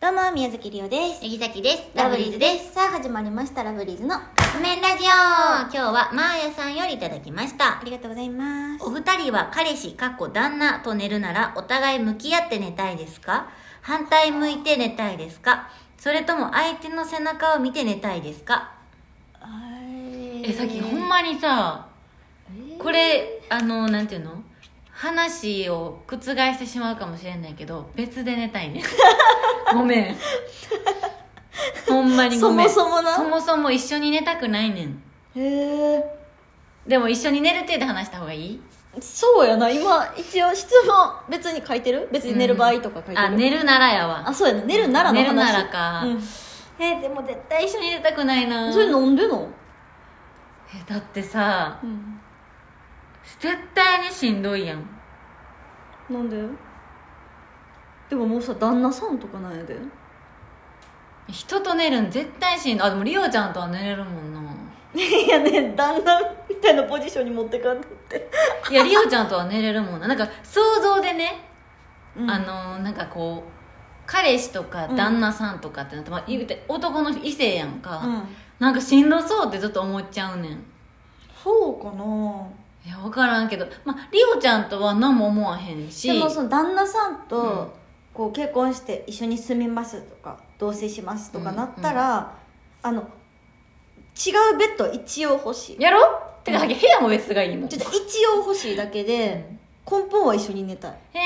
どうも宮崎りおですヤギザキですララブブリリーーズズでですすさあ始まりましたラブリーズのあ仮面ラジオ今日はマーヤさんよりいただきましたりがとうございますお二人は彼氏かっこ旦那と寝るならお互い向き合って寝たいですか反対向いて寝たいですかそれとも相手の背中を見て寝たいですかえさっきほんまにさこれあのなんていうの話を覆してしまうかもしれないけど別で寝たい ねごめんほんまにごめんそもそもなそもそも一緒に寝たくないねんへえでも一緒に寝る程度話した方がいいそうやな今一応質問別に書いてる別に寝る場合とか書いてる、あ寝るならやあわそうやな寝るならの話寝るならかうんえでも絶対一緒に寝たくないなそれ飲んでの、えだってさうん、絶対にしんどいやんなんででももうさ旦那さんとかなんやで人と寝るん絶対しんどいあでもリオちゃんとは寝れるもんないやね旦那みたいなポジションに持ってかんって、いやリオちゃんとは寝れるもんななんか想像でね、うん、あのなんかこう彼氏とか旦那さんとかってなって、まあ、言うて男の異性やんか、うんなんかしんどそうってずっと思っちゃうねんそうかないや分からんけど、まあ、リオちゃんとは何も思わへんしでもその旦那さんうんとこう結婚して一緒に住みますとか同棲しますとかなったら、あの違うベッド一応欲しいやろてか、部屋も別がいいもん。ちょっと一応欲しいだけで根本は一緒に寝たいへえ。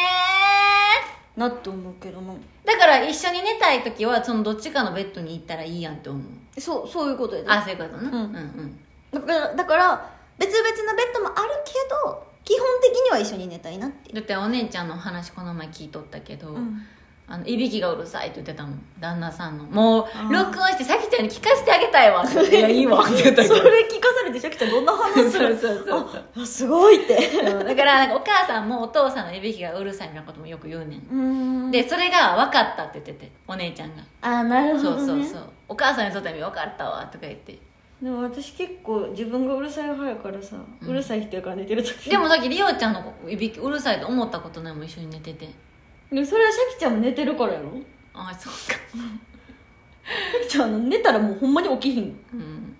なって思うけどなだから一緒に寝たい時は、そのどっちかのベッドに行ったらいいやんって思う。そうそういうことやであ、そういうことうな。んうんうん。だからだから別々のベッドもあるけど基本的には一緒に寝たいなっていう、だってお姉ちゃんの話この前聞いとったけど、うんあの、いびきがうるさいって言ってたもん。旦那さんの。もあーう、録音して、さきちゃんに聞かせてあげた いわ。いや、い いわ。って言ったけそ ど。れ聞かされてシャキちゃんどんな話すそるうそうそうそう。 あすごいってそうだから、なんかお母さんもお父さんのいびきがうるさいみたいなこともよく言うねん。うんで、それが分かったって言ってて、お姉ちゃんが。あなるほど、そうね、そうそう。お母さんにとってみ分かったわ、とか言って。でも私結構自分がうるさい派やからさ、ううんるさい人やから寝てる時でもさっきリオちゃんのいびきうるさいと思ったことないもん一緒に寝ててでもそれはシャキちゃんも寝てるからやろああそうかシャキちゃんあの寝たらもうほんまに起きひんうん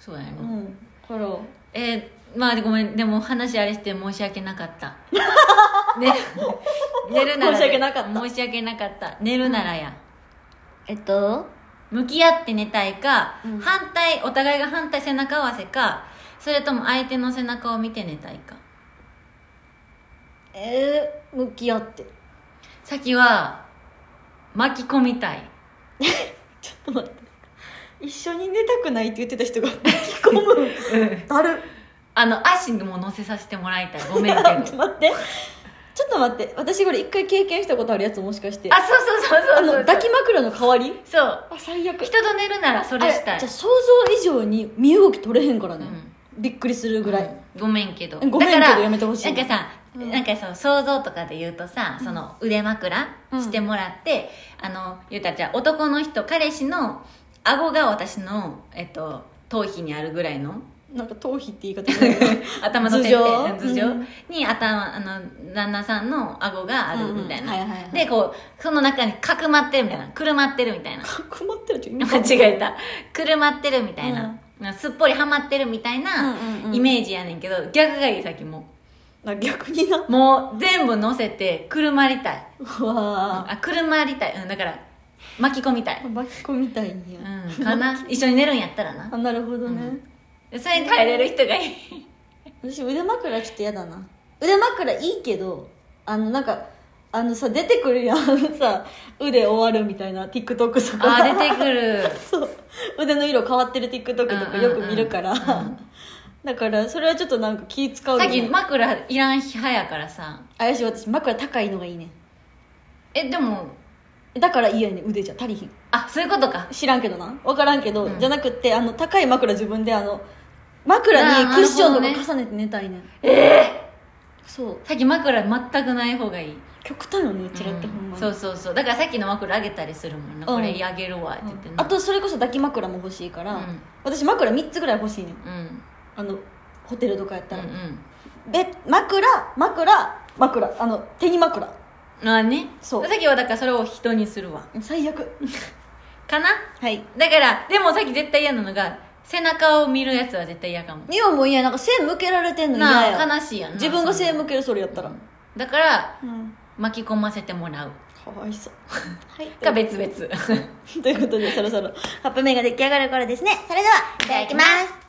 そうやね、うんからえー、まあごめんでも話あれして申し訳なか った、ね、寝るなら申し訳なかった申し訳なかった寝るならや、えっと向き合って寝たいか、うん反対お互いが反対背中合わせかそれとも相手の背中を見て寝たいかえー、向き合って先は巻き込みたいちょっと待って一緒に寝たくないって言ってた人が聞き込むだるあの足にも乗せさせてもらいたいごめんけち どょっと待ってちょっと待って私これ一回経験したことあるやつもしかしてあ、そうそうそうそうあの抱き枕の代わりそう。あ最悪人と寝るならそれしたあいじゃあ。想像以上に身動き取れへんからね、びっくりするぐらい、ごめんけど。ごめんけどだからやめてほしいなんかさ、うんなんかそう、想像とかで言うとさ、その腕枕うんしてもらって、あの、言うたらじゃあ男の人、彼氏の顎が私の、えっと、頭皮にあるぐら いのなんか頭皮って言い方じゃ ない頭のてっぺん頭上頭上うんに頭あの旦那さんの顎があるみたいな、うんうんはいはいはいでこうその中にかくまってるみたいなくるまってるみたいなかくまってる って意味間違えたくるまってるみたいな、すっぽりはまってるみたいうんなうんうんイメージやねんけど、逆がいいさっきもな逆に なもう全部乗せてくるまりたい、うわあくるまりたい、うん、だから巻き込みたい、ーバキコみたいにや、うん、かな一緒に寝るんやったらなあなるほどね、それに耐えれる人が いい私腕枕ちょっと嫌だな腕枕いいけどあのなんかあのさ出てくるやん あのさ腕終わるみたいな TikTok とかあー出てくる そう腕の色変わってる TikTok とかよく見るから、うんうんうんう だからそれはちょっとなんか気使うよ さねっき枕いらん派やからさ怪しい私枕高いのがいいねえでもだから嫌やねん腕じゃ足りひんあそういうことか知らんけどな分からんけど、うんじゃなくってあの高い枕自分であの枕にクッションあーなるとほか重ねて寝たいねええそうさっき枕全くない方がいい極端よねうちらってほんまに、そうそうそうだからさっきの枕あげたりするもんな、うんこれあげるわって言ってあとそれこそ抱き枕も欲しいから、うん私枕3つぐらい欲しいねんうんうんあのホテルとかやっうたんうら、んべ枕枕枕あの手に枕あねそうさっきはだからそれを人にするわ最 悪かなはいだからでもさっき絶対嫌なのが背中を見るやつは絶対嫌かもにはもう嫌なんか背向けられてんの嫌なやあ悲しいやんな自分が背向けけるそれやったらだからうん巻き込ませてもらうかわいそうはいか別々ということでそろそろカップ麺が出来上がる頃ですねそれではいただきます